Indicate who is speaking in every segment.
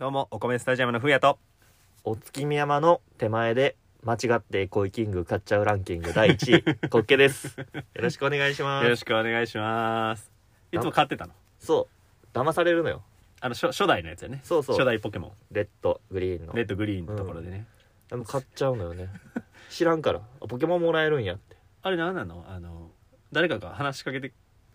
Speaker 1: うもお米スタジアムのふうやと
Speaker 2: お月見山の手前で間違って恋キング買っちゃうランキング第1位 コッケですよろしくお願いしま
Speaker 1: よろ
Speaker 2: す
Speaker 1: しくお願いしますいつも買ってたの
Speaker 2: そう騙されるのよ
Speaker 1: あの初初代のやつやね
Speaker 2: そうそう
Speaker 1: 初代ポケモ
Speaker 2: レッドグリーンの
Speaker 1: ンレッドグリーンのところでね、
Speaker 2: でも買っちゃうのよ ね知らんからあポケモンもらえるんやって
Speaker 1: あれ何なのあの誰かが話しかけて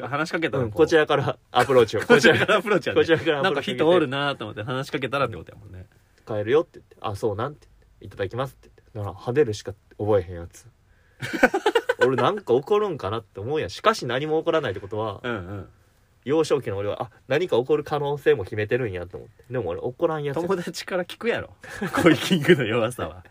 Speaker 1: 話しかけたら
Speaker 2: うんこちらからアプローチを こ
Speaker 1: こ
Speaker 2: ち
Speaker 1: ち
Speaker 2: ら
Speaker 1: ら
Speaker 2: か
Speaker 1: かららアプローチやね
Speaker 2: こちらから
Speaker 1: な
Speaker 2: ア
Speaker 1: ん
Speaker 2: プロ
Speaker 1: か
Speaker 2: ーチ
Speaker 1: 人おるなと思って話しかけたらってことやもんね
Speaker 2: 買えるよって言って「あそうなん?」って言って「いただきます」って言ってなら派手るしか覚えへんや つ俺なんか怒るんかなって思うやんしかし何も起こらないってことは
Speaker 1: うんうん
Speaker 2: 幼少期の俺はあ何か起こる可能性も秘めてるんやと思ってでも俺怒らんやつや
Speaker 1: 友達から聞くやろコイキングの弱 さは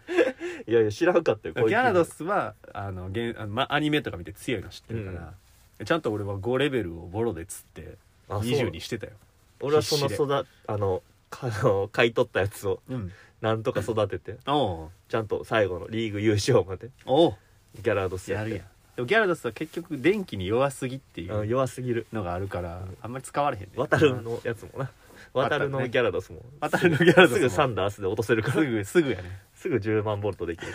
Speaker 2: いやいや知らんかったよ
Speaker 1: ギャラド
Speaker 2: ドス
Speaker 1: スはあのげんあの、ま、アニメとか見て強いの知ってるから、ちゃんと俺は5レベルをボロで釣って20にしてたよ
Speaker 2: 俺はその
Speaker 1: 必死
Speaker 2: 育あのか あの買い取ったやつを
Speaker 1: うん
Speaker 2: なんとか育てて
Speaker 1: おう
Speaker 2: ちゃんと最後のリーグ優勝まで
Speaker 1: おう
Speaker 2: ギャラドス
Speaker 1: や
Speaker 2: って
Speaker 1: るやんでもギャラドスは結局電気に弱すぎってい
Speaker 2: うん
Speaker 1: う
Speaker 2: 弱すぎる
Speaker 1: のがあるからあんまり使われへんね
Speaker 2: 渡るのやつもな渡る
Speaker 1: 渡る
Speaker 2: の
Speaker 1: ね
Speaker 2: ギャラドスも
Speaker 1: 渡るのギャラドスも
Speaker 2: すぐサンダースで落とせるから
Speaker 1: すぐすぐやね
Speaker 2: すぐ10万ボルトできるっ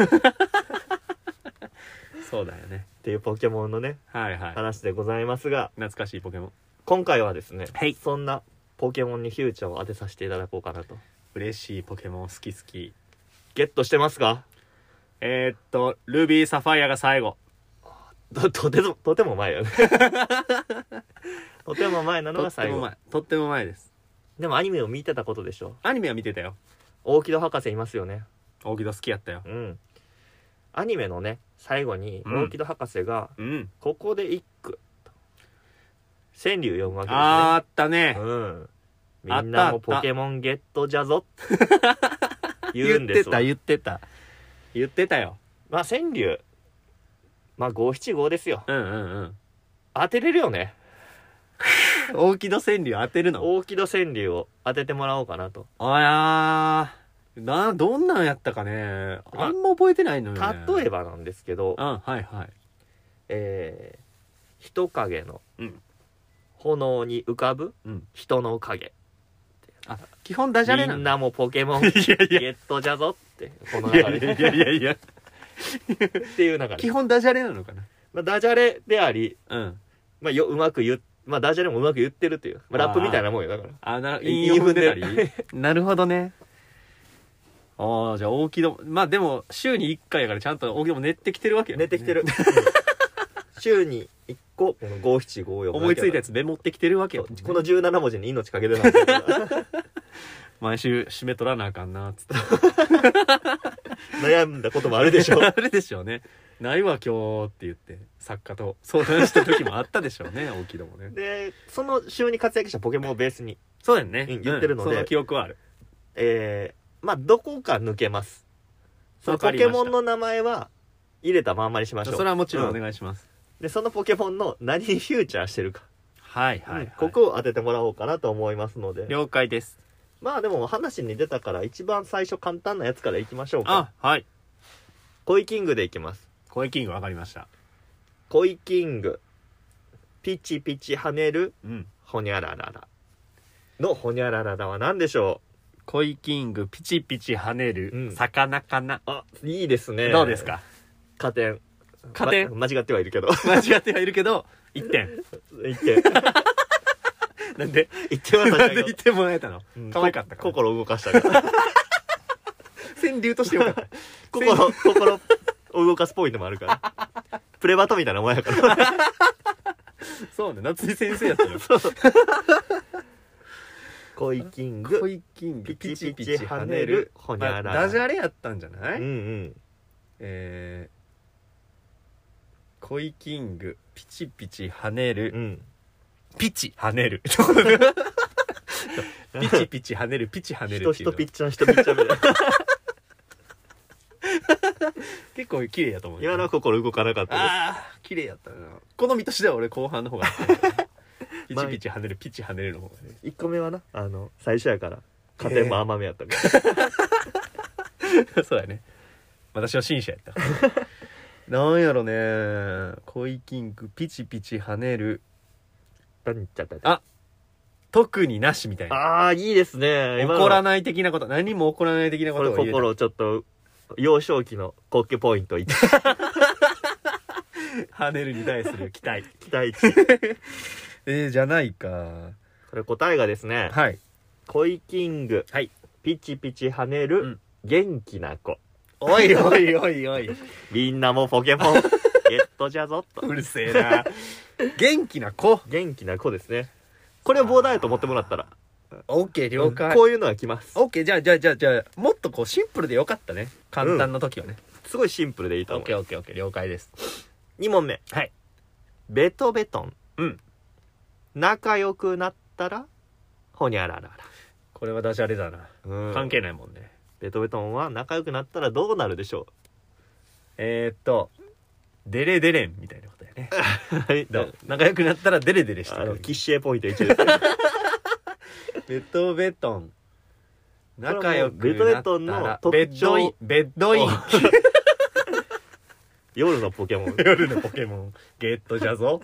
Speaker 1: そうだよね
Speaker 2: ていうポケモンのね
Speaker 1: はいはい
Speaker 2: 話でございますが
Speaker 1: 懐かしいポケモン
Speaker 2: 今回はですね、
Speaker 1: はい
Speaker 2: そんなポケモンにフューチャーを当てさせていただこうかなと
Speaker 1: 嬉しいポケモン好き好き
Speaker 2: ゲットしてますか
Speaker 1: えー、っとルビーサファイアが最後
Speaker 2: と とてもとて も前よねとても前なの
Speaker 1: と
Speaker 2: が
Speaker 1: って
Speaker 2: 最
Speaker 1: も
Speaker 2: 後
Speaker 1: 前とっても前です
Speaker 2: でもアニメを見てたことでしょ
Speaker 1: アニメは見てたよ
Speaker 2: 大木戸博士いますよね
Speaker 1: 大木戸好きやったよ
Speaker 2: うんアニメのね最後に
Speaker 1: うん
Speaker 2: 大木戸博士が
Speaker 1: うん
Speaker 2: 「ここで一句」と川柳読むわけですね
Speaker 1: あーったね
Speaker 2: うん。み
Speaker 1: あった
Speaker 2: んなもポケモンゲットじ ゃぞ。言うんですわ
Speaker 1: 言ってた言ってた言ってたよ
Speaker 2: まあ川柳。まあ五七五ですよ。
Speaker 1: うんうんうん
Speaker 2: 当てれるよね。
Speaker 1: 大木戸川柳当てるの
Speaker 2: 大木戸川柳を当ててもらおうかなと。
Speaker 1: あやーなどんなんやったかねあんま覚えてないのよ、ね、
Speaker 2: 例え
Speaker 1: ば
Speaker 2: ばなんですけど、
Speaker 1: うんはいはい
Speaker 2: えー、人影の
Speaker 1: うん
Speaker 2: 炎に浮かぶ
Speaker 1: うん
Speaker 2: 人の影。
Speaker 1: あ基本ダジャレ
Speaker 2: み
Speaker 1: なんんだ
Speaker 2: なもポケモン
Speaker 1: い
Speaker 2: ゲ
Speaker 1: やいや
Speaker 2: ットじゃぞって、この
Speaker 1: いや
Speaker 2: 中
Speaker 1: い
Speaker 2: で。
Speaker 1: やいやいや いや
Speaker 2: っていう中
Speaker 1: 基
Speaker 2: で。
Speaker 1: 本ダジャレなのかな
Speaker 2: まあダジャレであり、
Speaker 1: うん
Speaker 2: まあよ、うまく言っ、まあダジャレもうまく言ってるっていう。まあラップみたいなもんよ、だから。
Speaker 1: あな
Speaker 2: 韻
Speaker 1: 韻を
Speaker 2: を
Speaker 1: 踏
Speaker 2: 踏
Speaker 1: ん
Speaker 2: ん
Speaker 1: で
Speaker 2: で
Speaker 1: た
Speaker 2: た
Speaker 1: り
Speaker 2: り
Speaker 1: なるほどねああじゃあ大木戸まあでも週に1回やからちゃんと大木戸も練ってきてるわけよ、
Speaker 2: 寝てきてる、週に1個この五七五四
Speaker 1: 思いついたやつメモってきてるわけよ、
Speaker 2: この17文字に命かけてない
Speaker 1: 毎週締め取らなあかんなっつって
Speaker 2: 悩んだこともあるでし ょ
Speaker 1: あれでしょうねないわ今日って言って作家と相談した時もあったでしょう ね大木戸もね
Speaker 2: でその週に活躍したポケモンをベースに、
Speaker 1: そうだよね、
Speaker 2: うん言ってるので
Speaker 1: うんその記憶はある
Speaker 2: えー、まあどこか抜けますそのポケモン
Speaker 1: わか
Speaker 2: の名前は入れたまんまにし
Speaker 1: りま
Speaker 2: ま
Speaker 1: し
Speaker 2: したょう
Speaker 1: それはもちろんお
Speaker 2: う
Speaker 1: 願いします、
Speaker 2: でそのポケモンの何にフューチャーしてるか、
Speaker 1: はいはい、はい
Speaker 2: うんここを当ててもらおうかなと思いますので
Speaker 1: 了解です
Speaker 2: まあでも話に出たから一番最初簡単なやつからいきましょうか
Speaker 1: あはい
Speaker 2: 恋キングでいきます
Speaker 1: 声キングわかりました
Speaker 2: 恋キングピチピチ跳ねる
Speaker 1: うん
Speaker 2: ほにゃらららのほにゃらららは何でしょ
Speaker 1: 恋キングピチピチ跳ね
Speaker 2: う
Speaker 1: る
Speaker 2: ん
Speaker 1: 魚かな、
Speaker 2: うあいいですね
Speaker 1: どうですか
Speaker 2: 加点
Speaker 1: 加点
Speaker 2: ま間違ってはいるけど
Speaker 1: 間違ってはいるけど1点
Speaker 2: 言って
Speaker 1: なんで
Speaker 2: 言って は
Speaker 1: なん
Speaker 2: 差
Speaker 1: で
Speaker 2: し上げ
Speaker 1: 1
Speaker 2: よ
Speaker 1: 点もらえたの
Speaker 2: ううん
Speaker 1: 可愛かったから
Speaker 2: こ心動かしたから
Speaker 1: 川柳としてよか った
Speaker 2: 心心を動かすポイントもあるから プレバトみたいなもんやから
Speaker 1: そうね夏井先生やったの
Speaker 2: 恋キング
Speaker 1: 恋キング
Speaker 2: ピ
Speaker 1: ピ
Speaker 2: チ
Speaker 1: チ
Speaker 2: ピ
Speaker 1: ピ
Speaker 2: チ
Speaker 1: チ跳
Speaker 2: 跳ね
Speaker 1: ね
Speaker 2: る
Speaker 1: る
Speaker 2: ほに
Speaker 1: まあ
Speaker 2: ゃらら
Speaker 1: ダジャレやったんじゃない、
Speaker 2: うんうん
Speaker 1: えー、恋キングピチピチ跳ねる、
Speaker 2: うん
Speaker 1: ピチ跳ね るピチピチ跳ねるピチ跳ねる
Speaker 2: 人
Speaker 1: っていうの
Speaker 2: 人ピッチャン人ピッチャン みたいな
Speaker 1: 結構綺麗やと思う
Speaker 2: 今のは心動かなかったです
Speaker 1: あー綺麗やったな好みとしては俺後半の方 がピチピチ跳ねるピチ跳ねるの方がね
Speaker 2: 1個目はなあの最初やから加点も甘めやったから、
Speaker 1: そうやね私は紳士やったなんやろね恋キングピチピチ跳ねる
Speaker 2: 何言っちゃった
Speaker 1: あ特になしみたいな
Speaker 2: ああいいですね今の
Speaker 1: 怒らない的なこと何も怒らない的なこ
Speaker 2: ことれ
Speaker 1: を言えた
Speaker 2: 心をちょっと幼少期の滑稽ポイントいって
Speaker 1: 跳ねるに対する期待
Speaker 2: 期待値
Speaker 1: えー、じゃないか
Speaker 2: これ答えがですね
Speaker 1: はい
Speaker 2: 恋キング、
Speaker 1: はい
Speaker 2: ピチピチ跳ね
Speaker 1: うん
Speaker 2: る元気な子、
Speaker 1: おいおいおいおい
Speaker 2: みんなもポケ モンゲットじゃぞと
Speaker 1: うるせえな 元気な子
Speaker 2: 元気な子ですねこれをボーダーやと思ってもらったら
Speaker 1: オッケー
Speaker 2: うんこういうのが来ます
Speaker 1: オッケーじゃあじゃあじゃあじゃあもっとこうシンプルでよかったね簡単な時はね、
Speaker 2: すごいシンプルでいいと思
Speaker 1: オ
Speaker 2: う
Speaker 1: ッケーオッケー了解です
Speaker 2: 2問目
Speaker 1: はい
Speaker 2: ベトベトン
Speaker 1: うん
Speaker 2: 仲良くなったらほにゃらら
Speaker 1: これはダジャレだな、
Speaker 2: ら、うん
Speaker 1: 関係ないもんね
Speaker 2: ベトベトンは仲良くなったらどうなるでしょ
Speaker 1: えー、っとデレデレンみたいなことやね
Speaker 2: うはい
Speaker 1: どう仲良くなったらデレデレして
Speaker 2: あ
Speaker 1: く
Speaker 2: の
Speaker 1: る
Speaker 2: キッシエポイント1で す
Speaker 1: ベトベトン
Speaker 2: れも
Speaker 1: 仲良くなったら
Speaker 2: ベトベトンの特徴
Speaker 1: ベッドインベッドイン
Speaker 2: 夜のポケモン
Speaker 1: 夜のポケモンゲットじゃ ぞ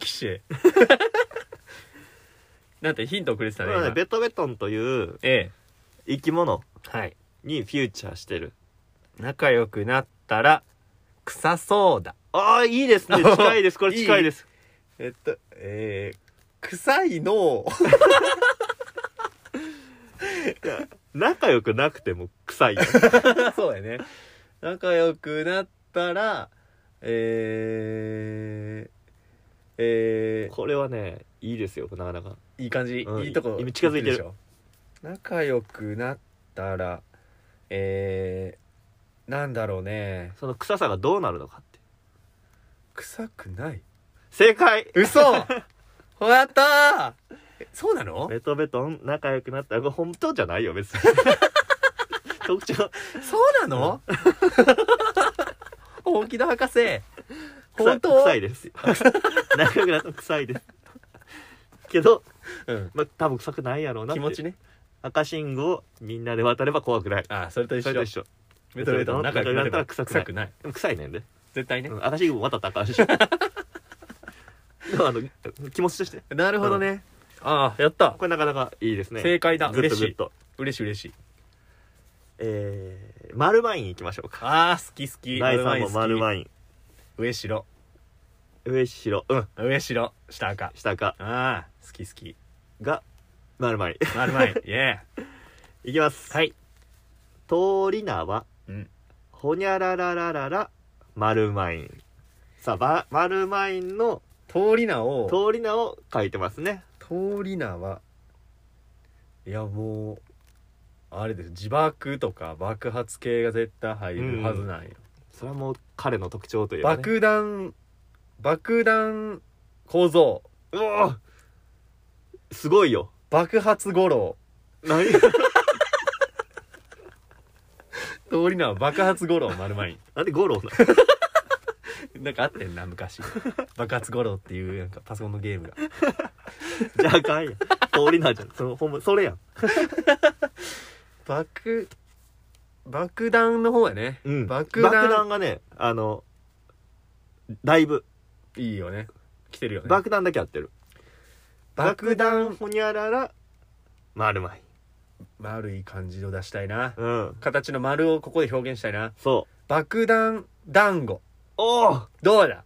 Speaker 1: 騎士なんてヒントくれてたね
Speaker 2: まあね
Speaker 1: 今
Speaker 2: ベトベトンという
Speaker 1: ええ
Speaker 2: 生き物
Speaker 1: はい
Speaker 2: にフューチャーしてる
Speaker 1: 仲良くなったら臭そうだ
Speaker 2: ああいいですね近いですこれ近いです
Speaker 1: えっとえー、臭いの を
Speaker 2: 仲良くなくても臭い
Speaker 1: そうやね仲良くなったらえー、え
Speaker 2: これはねいいですよなかなか
Speaker 1: ー、いい感じ、
Speaker 2: うん
Speaker 1: いいとこ
Speaker 2: 今近づいて
Speaker 1: で
Speaker 2: る
Speaker 1: しょ仲良くなったらえー、なんだろうね
Speaker 2: その臭さがどうなるのかって
Speaker 1: 臭くない
Speaker 2: 正解
Speaker 1: 嘘やったーえそうなの
Speaker 2: ベトベトン仲良くなったらこれ本当じゃないよ別に特徴
Speaker 1: そうな の、本気だ博士
Speaker 2: 臭い
Speaker 1: 本当
Speaker 2: 臭いです 仲良くなったら臭いですけど、
Speaker 1: うん、
Speaker 2: まあ、多分臭くないやろうなって
Speaker 1: 気持ちね
Speaker 2: 赤信号みんなで渡れば怖くない
Speaker 1: ああそれと一
Speaker 2: そ
Speaker 1: 緒
Speaker 2: れと一緒
Speaker 1: メトロイドの仲良くなれば
Speaker 2: メトロイドの仲良くなったら臭くな
Speaker 1: 臭
Speaker 2: い
Speaker 1: くない
Speaker 2: でも臭いねんで、
Speaker 1: 絶対ね、
Speaker 2: うん、赤信号渡ったらあかん でしょでもあの気持ちとして
Speaker 1: なるほどね、ああやった
Speaker 2: これなかなかいいですね
Speaker 1: 正解だ
Speaker 2: グッ
Speaker 1: 嬉
Speaker 2: と
Speaker 1: し
Speaker 2: グッ
Speaker 1: い
Speaker 2: と
Speaker 1: 嬉しい嬉しい
Speaker 2: えー、丸ワイン行きましょうか
Speaker 1: ああ好き好き
Speaker 2: 第3問丸
Speaker 1: 前
Speaker 2: ワイン
Speaker 1: 上白
Speaker 2: 上白うん
Speaker 1: 上白下赤
Speaker 2: 下赤
Speaker 1: ああ好き好き
Speaker 2: が丸ワイン
Speaker 1: 丸前イエ
Speaker 2: いきます
Speaker 1: はい
Speaker 2: 通り名は、
Speaker 1: うん
Speaker 2: ほにゃららららら丸ワインさあば丸ワインの
Speaker 1: ー通り名を
Speaker 2: 通り名を書いてますね
Speaker 1: 通り名はいやもうあれです自爆とか爆発系が絶対入るはずなんよ、
Speaker 2: それはもう彼の特徴というか、ね、
Speaker 1: 爆弾爆弾構造
Speaker 2: うおーすごいよ
Speaker 1: 爆発五郎
Speaker 2: 何
Speaker 1: 通り名は爆発五郎丸まい
Speaker 2: なんで五郎なの
Speaker 1: なんかあってんな昔 爆発五郎っていうなんかパソコンのゲームが
Speaker 2: じゃああかんやん通り名じゃんそのほんまそれやん
Speaker 1: 爆爆弾の方やね、
Speaker 2: うん
Speaker 1: 爆弾
Speaker 2: がねあのだいぶ
Speaker 1: いいよね来てるよね
Speaker 2: 爆弾だけ合ってる
Speaker 1: 爆弾
Speaker 2: ほにゃらら丸まい
Speaker 1: 丸い感じを出したいな
Speaker 2: うん
Speaker 1: 形の丸をここで表現したいな
Speaker 2: そう
Speaker 1: 爆弾団子
Speaker 2: おお
Speaker 1: どうだ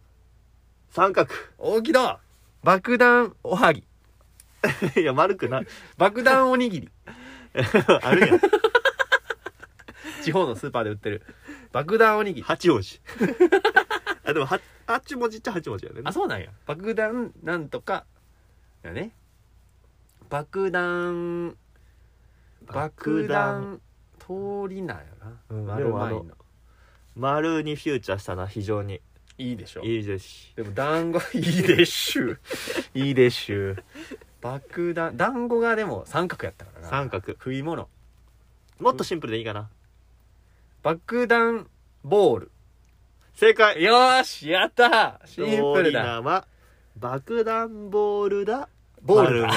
Speaker 2: 三角
Speaker 1: 大木戸爆弾おはぎ
Speaker 2: いや丸くない
Speaker 1: 爆弾おにぎり
Speaker 2: あるやん
Speaker 1: 地方のスーパーで売ってる爆弾おにぎり
Speaker 2: 八王子 あでもは八文字っちゃ八文字やね
Speaker 1: あそうなんや爆弾なんとかだね爆弾爆弾通りなんやな、
Speaker 2: うん
Speaker 1: 丸まい
Speaker 2: でも
Speaker 1: の
Speaker 2: あの丸にフューチャーしたな非常に
Speaker 1: いいでしょ
Speaker 2: いいですし
Speaker 1: でも団子いいでしゅいいでしゅ爆弾団子がでも三角やったからな
Speaker 2: 三角
Speaker 1: 食い物
Speaker 2: もっとシンプルでいいかな
Speaker 1: 爆弾ボール
Speaker 2: 正解
Speaker 1: よーしやったーシンプル
Speaker 2: 通
Speaker 1: だ
Speaker 2: り名は爆弾ボールだ
Speaker 1: ボールだ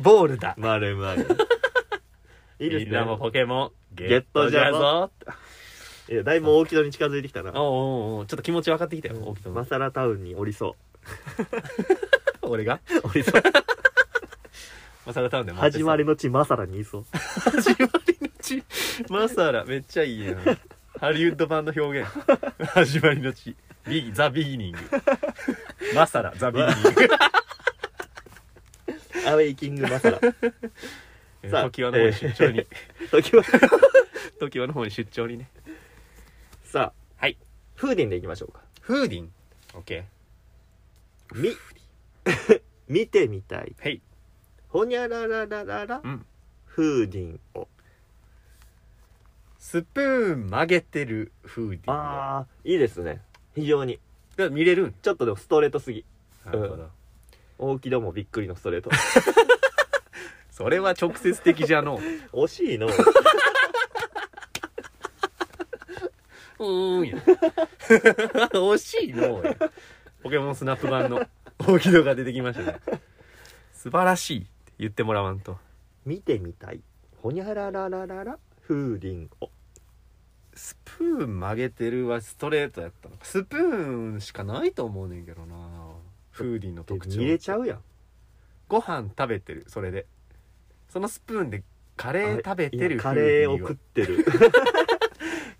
Speaker 1: ボールだ
Speaker 2: 丸まる いいです
Speaker 1: みんなも
Speaker 2: ね
Speaker 1: ポケモンゲ
Speaker 2: ットじゃ
Speaker 1: ぞ
Speaker 2: いやだいぶ大木戸に近づいてきた
Speaker 1: おう
Speaker 2: な
Speaker 1: おうおうちょっと気持ち分かってきたよ大木戸の
Speaker 2: マサラタウンにおりそ
Speaker 1: 俺が、
Speaker 2: おりそう
Speaker 1: マサラタウンで待って
Speaker 2: 始
Speaker 1: さ
Speaker 2: まりの地マサラにいそう
Speaker 1: 始まりの地マサラめっちゃいいやんハリウッド版の表現始まりの地ビギザ・ビギニ ングマサラザ・ビギニング
Speaker 2: アウェイキングマサラ
Speaker 1: え
Speaker 2: さ
Speaker 1: ー
Speaker 2: あ
Speaker 1: 常盤の方に出張に
Speaker 2: 時は
Speaker 1: 常盤の方に出張にね
Speaker 2: さあ
Speaker 1: はい
Speaker 2: フーディンでいきましょうか
Speaker 1: フーディンオッケ
Speaker 2: み見てみたい
Speaker 1: ーはい
Speaker 2: ほにゃららららら
Speaker 1: うん
Speaker 2: フーディンを
Speaker 1: スプーン曲げてるフーディンだか
Speaker 2: あーいいですね非常に
Speaker 1: ら見れるん
Speaker 2: ちょっとでもストレートすぎ
Speaker 1: なるほど、
Speaker 2: 大木戸もびっくりのストレー ト
Speaker 1: それは直接的じゃ のう
Speaker 2: 惜しいの
Speaker 1: ーんや 惜しいのうやポケモンスナップ版の大木戸が出てきましたね素晴らしいって言ってもらわんと
Speaker 2: 見てみたいほにゃらららららフーディンを
Speaker 1: スプーン曲げてるはストレートやったのかスプーンしかないと思うねんけどなフーディンの特徴
Speaker 2: 見れちゃうやん
Speaker 1: ご飯食べてるそれでそのスプーンでカレー食べて
Speaker 2: い
Speaker 1: る
Speaker 2: や
Speaker 1: フ
Speaker 2: カ
Speaker 1: ーデ
Speaker 2: レ
Speaker 1: ィ
Speaker 2: ー
Speaker 1: ン
Speaker 2: を
Speaker 1: を
Speaker 2: 食ってる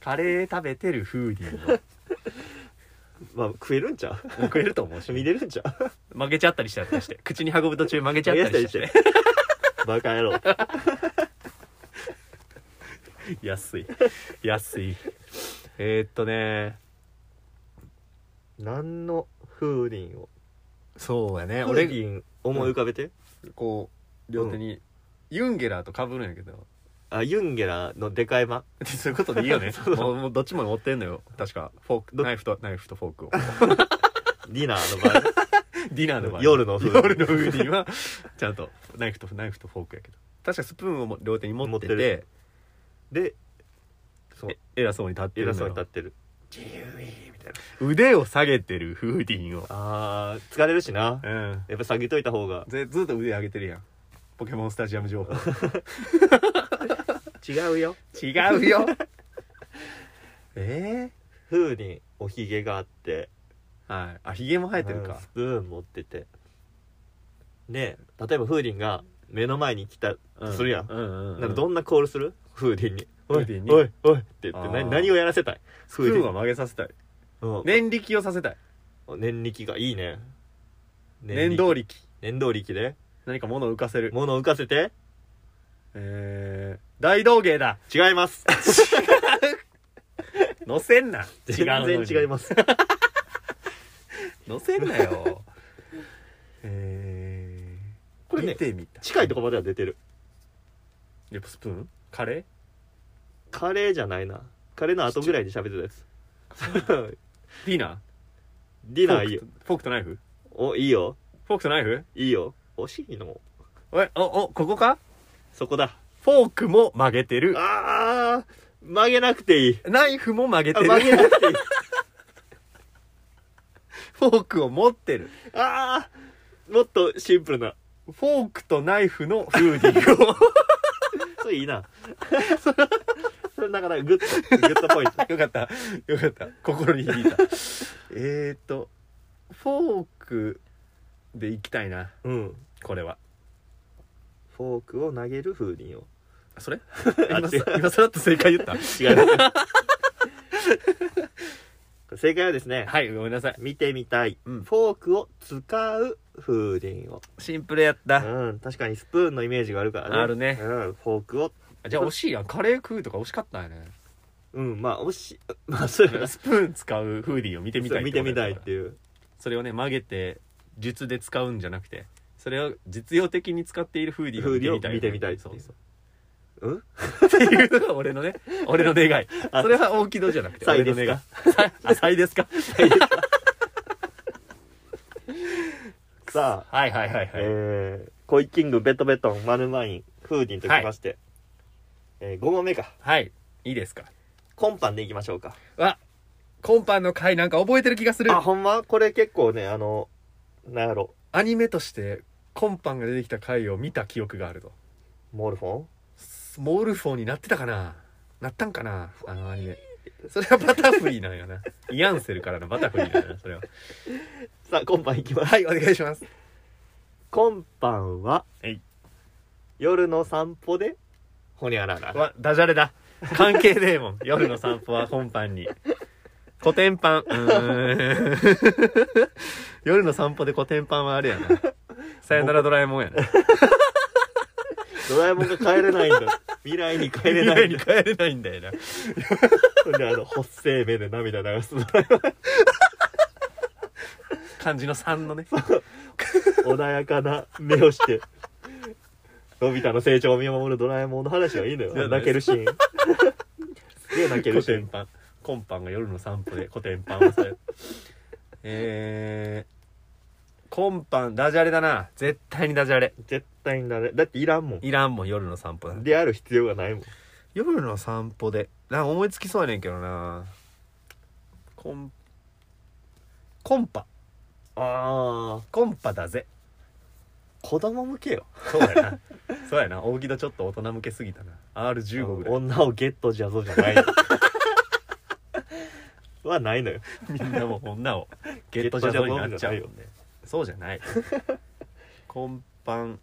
Speaker 1: カレー食べてるフーディンを
Speaker 2: まあ食えるんちゃう
Speaker 1: 食えると思うし
Speaker 2: 見れるんちゃ う
Speaker 1: 曲げちゃったりしたりして口に運ぶ途中曲げちゃったりして
Speaker 2: 曲げ バカ野郎
Speaker 1: 安い安いえー、っとね
Speaker 2: 何のフーディンを
Speaker 1: そうやね
Speaker 2: フーデ
Speaker 1: 俺
Speaker 2: ィン思い浮かべて、
Speaker 1: こう両手にユンゲラーとかぶるんやけど
Speaker 2: あユンゲラのでかいま
Speaker 1: で そういうことでいいよね
Speaker 2: そ う
Speaker 1: もうもうどっちも持ってんのよ確かフォーク
Speaker 2: ど
Speaker 1: ナイフとナイフとフォークを
Speaker 2: ディナーの場合
Speaker 1: ディナーの場合
Speaker 2: 夜のフーディン
Speaker 1: 夜のフーディンは ちゃんとナイフとナイフとフォークやけど確かスプーンをも両手に持って
Speaker 2: 持っててでそう
Speaker 1: え偉そうに立ってる
Speaker 2: 偉
Speaker 1: の
Speaker 2: そうに
Speaker 1: よ
Speaker 2: 立ってる
Speaker 1: 腕を下げてるフーディンを
Speaker 2: あー疲れるしな
Speaker 1: うん
Speaker 2: やっぱ下げといた方が
Speaker 1: ずずっと腕上げてるやんポケモンスタジアム情報
Speaker 2: 違うよ
Speaker 1: 違うよ え
Speaker 2: フーディンおひげがあって
Speaker 1: えはいあひげも生えてる
Speaker 2: うん
Speaker 1: か
Speaker 2: スプーン持っててで例えばフーディンが目の前に来たとするやん、
Speaker 1: うんうん、うん、
Speaker 2: なんかどんなコールするフーディンに「
Speaker 1: フーディンに
Speaker 2: おいおいおい」って言って
Speaker 1: あー
Speaker 2: 何何をやらせたい
Speaker 1: スプーンは曲げさせたい
Speaker 2: うん
Speaker 1: 念力をさせたい
Speaker 2: 念力がいいね
Speaker 1: 念動力
Speaker 2: 念動力で
Speaker 1: 何か物を浮かせる
Speaker 2: 物を浮かせて
Speaker 1: えー、大道芸だ
Speaker 2: 違います
Speaker 1: 乗せんな
Speaker 2: 全然違います
Speaker 1: す乗せんなよ えー、
Speaker 2: これね
Speaker 1: 見てみた
Speaker 2: 近いと
Speaker 1: こ
Speaker 2: こまでは出てる
Speaker 1: やっぱスプーンカレー
Speaker 2: カレーじゃないなカレーの後ぐらいに喋ってた やつ
Speaker 1: ディナー
Speaker 2: ディナーいいよ
Speaker 1: フォークとフォークとナイフ
Speaker 2: おいいよ
Speaker 1: フォークとナイフ
Speaker 2: いいよ惜しいの
Speaker 1: おいおおここか
Speaker 2: そこだ
Speaker 1: フォークも曲げてる
Speaker 2: あー曲げなくていい
Speaker 1: ナイフも曲げて
Speaker 2: あ
Speaker 1: る
Speaker 2: 曲げなくていい
Speaker 1: フォークを持ってる
Speaker 2: あーもっとシンプルな
Speaker 1: フォークとナイフのフーディン グを
Speaker 2: それい いなそれなかなかグッとグッとポイント
Speaker 1: よかったよかった心に響いたえーっとフォークでいきたいな
Speaker 2: うん
Speaker 1: これは
Speaker 2: フォークを投げる風鈴を
Speaker 1: あそれ
Speaker 2: あ
Speaker 1: 今
Speaker 2: 違う
Speaker 1: さ今さらっと正解言った
Speaker 2: 違 う正解はですね
Speaker 1: はいごめんなさい
Speaker 2: 見てみたい、
Speaker 1: うん
Speaker 2: フォークを使う風鈴を
Speaker 1: シンプルやった
Speaker 2: うん確かにスプーンのイメージがあるからね
Speaker 1: あるね
Speaker 2: うん、フォークを
Speaker 1: じゃあ惜しいやんカレー食うとか惜しかったんや ね
Speaker 2: うんまあ惜しい まあそうやな
Speaker 1: スプーン使うフーディンを見てみたい
Speaker 2: 見てみたいって
Speaker 1: う
Speaker 2: いう
Speaker 1: それをね曲げて術で使うんじゃなくてそれを実用的に使っているフーディンを見てみたい
Speaker 2: フーディンを見てみたいって
Speaker 1: そ
Speaker 2: いうう
Speaker 1: そう
Speaker 2: うん
Speaker 1: っていうのが俺のね俺の願い
Speaker 2: あ
Speaker 1: それは大木戸じゃなくて
Speaker 2: サ
Speaker 1: 俺
Speaker 2: イ
Speaker 1: の
Speaker 2: で
Speaker 1: 願
Speaker 2: す
Speaker 1: い
Speaker 2: か
Speaker 1: あサイですか
Speaker 2: さあ、
Speaker 1: はいはいはいはい、
Speaker 2: えー、コイキングベトベトンマルマインフーディンときまして、えー、5問目か
Speaker 1: はいいいですか
Speaker 2: コンパンでいきましょうか
Speaker 1: わ今般の回なんか覚えてる気がする
Speaker 2: あほんまこれ結構ねあのなんやろ
Speaker 1: アニメとして今般が出てきた回を見た記憶があると
Speaker 2: モルフォン
Speaker 1: モルフォーになってたかななったんかなあのアニメそれはバタフリーなんやなイアンセルからのバタフリーなんやなそれは
Speaker 2: さあコンパンいきます
Speaker 1: はいお願いします
Speaker 2: 今晩は
Speaker 1: はい
Speaker 2: 夜の散歩でほにゃらら
Speaker 1: わダジャレだ関係ねえもん夜の散歩は本番に古典版うーん夜の散歩で古典版はあれやなさよならドラえもんやな
Speaker 2: ドラえもんが帰れないん だ未来に帰れ
Speaker 1: 未
Speaker 2: な
Speaker 1: 来
Speaker 2: いん
Speaker 1: に
Speaker 2: だ
Speaker 1: 帰れないんだよな
Speaker 2: ほんであの発生目で涙流す
Speaker 1: 漢字の3のね
Speaker 2: 穏やかな目をしてのび太の成長を見守るドラえもんの話はいいの
Speaker 1: いや
Speaker 2: よ泣けるシ ーンすげえ泣ける
Speaker 1: 古
Speaker 2: シー
Speaker 1: 典
Speaker 2: ン
Speaker 1: 版コンパンが夜の散歩で古典版をされえー、コンパンダジャレだな絶対にダジャレ
Speaker 2: 絶対になれだっていらんもん
Speaker 1: いらんもん夜の散歩だ
Speaker 2: である必要がないもん
Speaker 1: 夜の散歩でなんか思いつきそうやねんけどなコンコンパ
Speaker 2: ああ
Speaker 1: コンパだぜ
Speaker 2: 子供向けよ
Speaker 1: そうやなそうやな大木戸ちょっと大人向けすぎたな R15 ぐらい
Speaker 2: 女をゲットじゃぞじゃ ないはないのよ
Speaker 1: みんなもう女をゲットジャズになっちゃうよねそうじゃないコンパン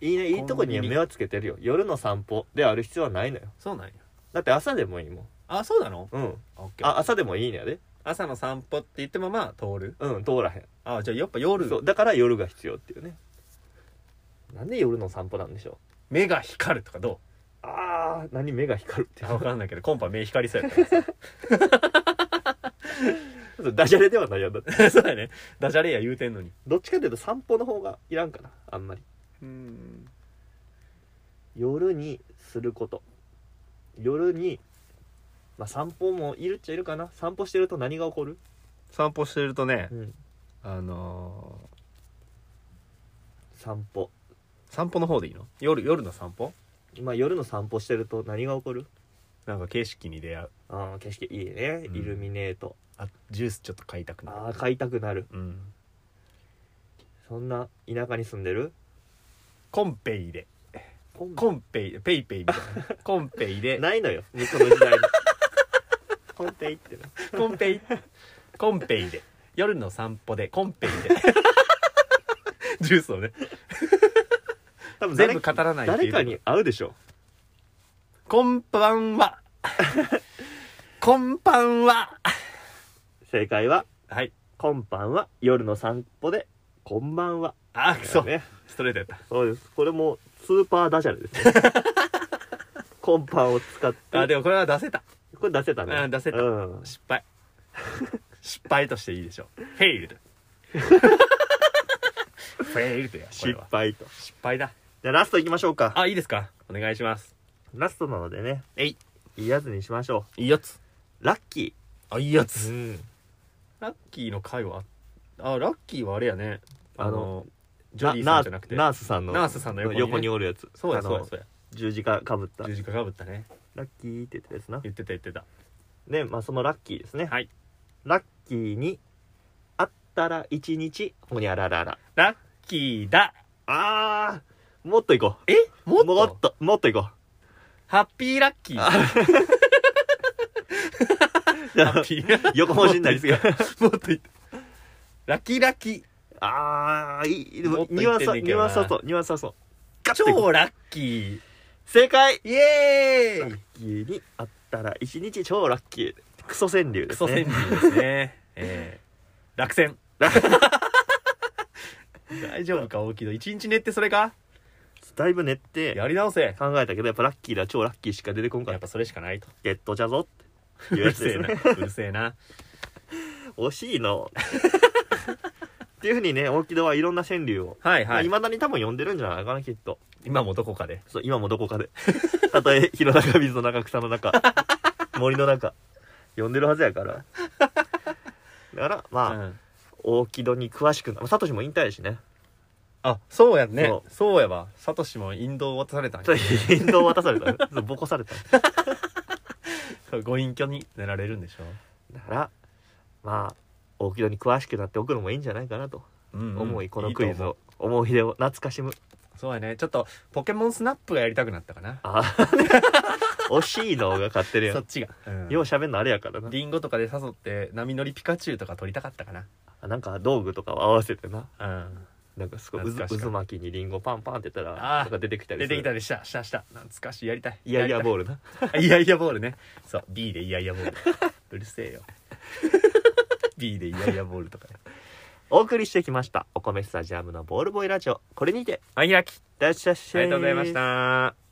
Speaker 2: いいねいいとこには目はつけてるよ夜の散歩である必要はないのよ
Speaker 1: そうなんや
Speaker 2: だって朝でもいいもん
Speaker 1: あそうなの
Speaker 2: うん
Speaker 1: オッケー
Speaker 2: あ朝でもいいねやで
Speaker 1: 朝の散歩って言ってもまあ通る
Speaker 2: うん通らへん
Speaker 1: あじゃあやっぱ夜
Speaker 2: そうだから夜が必要っていうねなんで夜の散歩なんでしょ
Speaker 1: 目が光るとかど
Speaker 2: うあー何目が光るって
Speaker 1: う分かんないけどコンパ目光りそうやからさ
Speaker 2: そうダジャレではないやんだって
Speaker 1: そうやねダジャレや言うてんのに
Speaker 2: どっちかっていうと散歩の方がいらんかなあんまり
Speaker 1: うん
Speaker 2: 夜にすること夜にまあ散歩もいるっちゃいるかな散歩してると何が起こる、
Speaker 1: 散歩してるとね
Speaker 2: うん、
Speaker 1: あの
Speaker 2: 散歩
Speaker 1: ー散歩の方でいいの夜夜の散歩
Speaker 2: まあ夜の散歩してると何が起こる
Speaker 1: なんか景色に出会う
Speaker 2: ああ景色いいね
Speaker 1: うん
Speaker 2: イルミネート、
Speaker 1: あジュースちょっと買いたくな
Speaker 2: ああ買いたくなる
Speaker 1: るうん
Speaker 2: そんな田舎に住んでる
Speaker 1: コンペイで
Speaker 2: こん
Speaker 1: コンペイペイペイみたいなコンペイで
Speaker 2: ないのよ向こうの時代 にコンペイってな
Speaker 1: コンペイコンペイで夜の散歩でコンペイでジュースをね
Speaker 2: 多分
Speaker 1: 全部語らないってい
Speaker 2: 誰
Speaker 1: う
Speaker 2: かに会うでしょ
Speaker 1: こんばん はこんばんは
Speaker 2: 正解は
Speaker 1: はい
Speaker 2: 「今晩は夜の散歩でこんばんは
Speaker 1: あ」くそ、
Speaker 2: ね
Speaker 1: ストレートやった
Speaker 2: そうですこれもスーパーダジャレ ですね今晩を使って
Speaker 1: あでもこれは出せた
Speaker 2: これ出せたね
Speaker 1: うん出せた
Speaker 2: うん
Speaker 1: 失敗 失敗としていいでしょうフェイルドフェイルドやこれ
Speaker 2: 失
Speaker 1: は
Speaker 2: 敗と
Speaker 1: 失敗だ
Speaker 2: じゃあラストいきましょうか
Speaker 1: あいいですかお願いします
Speaker 2: ラストなのでね
Speaker 1: えい
Speaker 2: いいやつにしましょ
Speaker 1: いいやつ
Speaker 2: うラッキ
Speaker 1: あいいや
Speaker 2: ー
Speaker 1: つラッキーの回はあラッキーはあれやねあの
Speaker 2: あの
Speaker 1: ジョディさんじゃなくて
Speaker 2: ナースさんの
Speaker 1: ナースさんの横にね
Speaker 2: 横におるやつ
Speaker 1: そうやそう
Speaker 2: あ
Speaker 1: や
Speaker 2: の
Speaker 1: そうや
Speaker 2: 十字架かぶった
Speaker 1: 十字架かぶったね
Speaker 2: ラッキーって言ったやつな
Speaker 1: 言ってた言ってた
Speaker 2: ねまあそのラッキーですね
Speaker 1: はい
Speaker 2: ラッキーにあったら一日ほにゃららら
Speaker 1: ラッキーだ
Speaker 2: あーもっといこう
Speaker 1: えもっと
Speaker 2: もっともっといこ
Speaker 1: ハッピーラッキーハッ
Speaker 2: う
Speaker 1: ピー
Speaker 2: 横文字になりすぎる
Speaker 1: もっと言ってラッキーラッキー
Speaker 2: あーいいで
Speaker 1: も
Speaker 2: も
Speaker 1: っと
Speaker 2: ニュ
Speaker 1: 言
Speaker 2: ア
Speaker 1: っ
Speaker 2: ンス
Speaker 1: てん
Speaker 2: は
Speaker 1: ね
Speaker 2: ニ
Speaker 1: んけど
Speaker 2: ュ
Speaker 1: な
Speaker 2: アンスはそうニュアンスはそうガッといこ
Speaker 1: 超ラッキー
Speaker 2: う正解
Speaker 1: イエ
Speaker 2: ラ
Speaker 1: ーイ
Speaker 2: ッキーにあったら一日超ラッキークソ川柳
Speaker 1: ク
Speaker 2: です
Speaker 1: ソ川柳
Speaker 2: ね
Speaker 1: です ね、えー、落 選大丈夫か大木戸一日寝ってそれか
Speaker 2: だいぶ練って
Speaker 1: やり直せ
Speaker 2: 考えたけどやっぱラッキーだ超ラッキーしか出てこんか
Speaker 1: や
Speaker 2: っ
Speaker 1: ったぱそれしかないと
Speaker 2: ゲットじゃぞって
Speaker 1: う
Speaker 2: いうや
Speaker 1: る
Speaker 2: つで
Speaker 1: せえ
Speaker 2: す
Speaker 1: な
Speaker 2: ね
Speaker 1: うるせえな
Speaker 2: 惜しいのっていうふうにね大木戸はいろんな川柳を
Speaker 1: はい
Speaker 2: まあ
Speaker 1: はいい
Speaker 2: まだに多分読んでるんじゃないかなきっと
Speaker 1: 今もどこかで
Speaker 2: そう今もどこかでたとえ広中水の中草 の中森の中読んでるはずやからだから
Speaker 1: う
Speaker 2: まあ、
Speaker 1: ん
Speaker 2: 大木戸に詳しくなサトシも引退やしね
Speaker 1: あそうやね
Speaker 2: そ
Speaker 1: そうやわサトシも引導を渡されたんや
Speaker 2: ちょっと引導を渡されたそうボコされただ
Speaker 1: ご隠居になられるんでしょ
Speaker 2: からまあ大木戸に詳しくなっておくのもいいんじゃないかなと
Speaker 1: うんうん
Speaker 2: 思いこのクイズ
Speaker 1: いいと思う
Speaker 2: を思い出を懐かしむ
Speaker 1: そうやねちょっとポケモンスナップがやりたくなったかな
Speaker 2: あ惜しいのが勝ってるや
Speaker 1: そ
Speaker 2: ん
Speaker 1: っちが、うん
Speaker 2: よう喋んのあれやからな
Speaker 1: リンゴとかで誘って波乗りピカチュウとか撮りたかったかな
Speaker 2: ああなんか道具とかを合わせてな
Speaker 1: うん
Speaker 2: なんかすごい
Speaker 1: 懐かしか
Speaker 2: 渦
Speaker 1: った
Speaker 2: 渦巻きにリンゴパンパンってやったら
Speaker 1: あー
Speaker 2: なんか出てきたり
Speaker 1: 出
Speaker 2: する
Speaker 1: てきたりしたしたした懐かしいやりたい
Speaker 2: いやいや
Speaker 1: ボー
Speaker 2: ボールな
Speaker 1: ルいやいやボールねそう B でいやいやボールうる せえよ B でいやいやボールとかね
Speaker 2: お送りしてきましたお米スタジアムのボールボーイラジオこれにて
Speaker 1: はい開き
Speaker 2: いらっしゃい
Speaker 1: ありがとうございました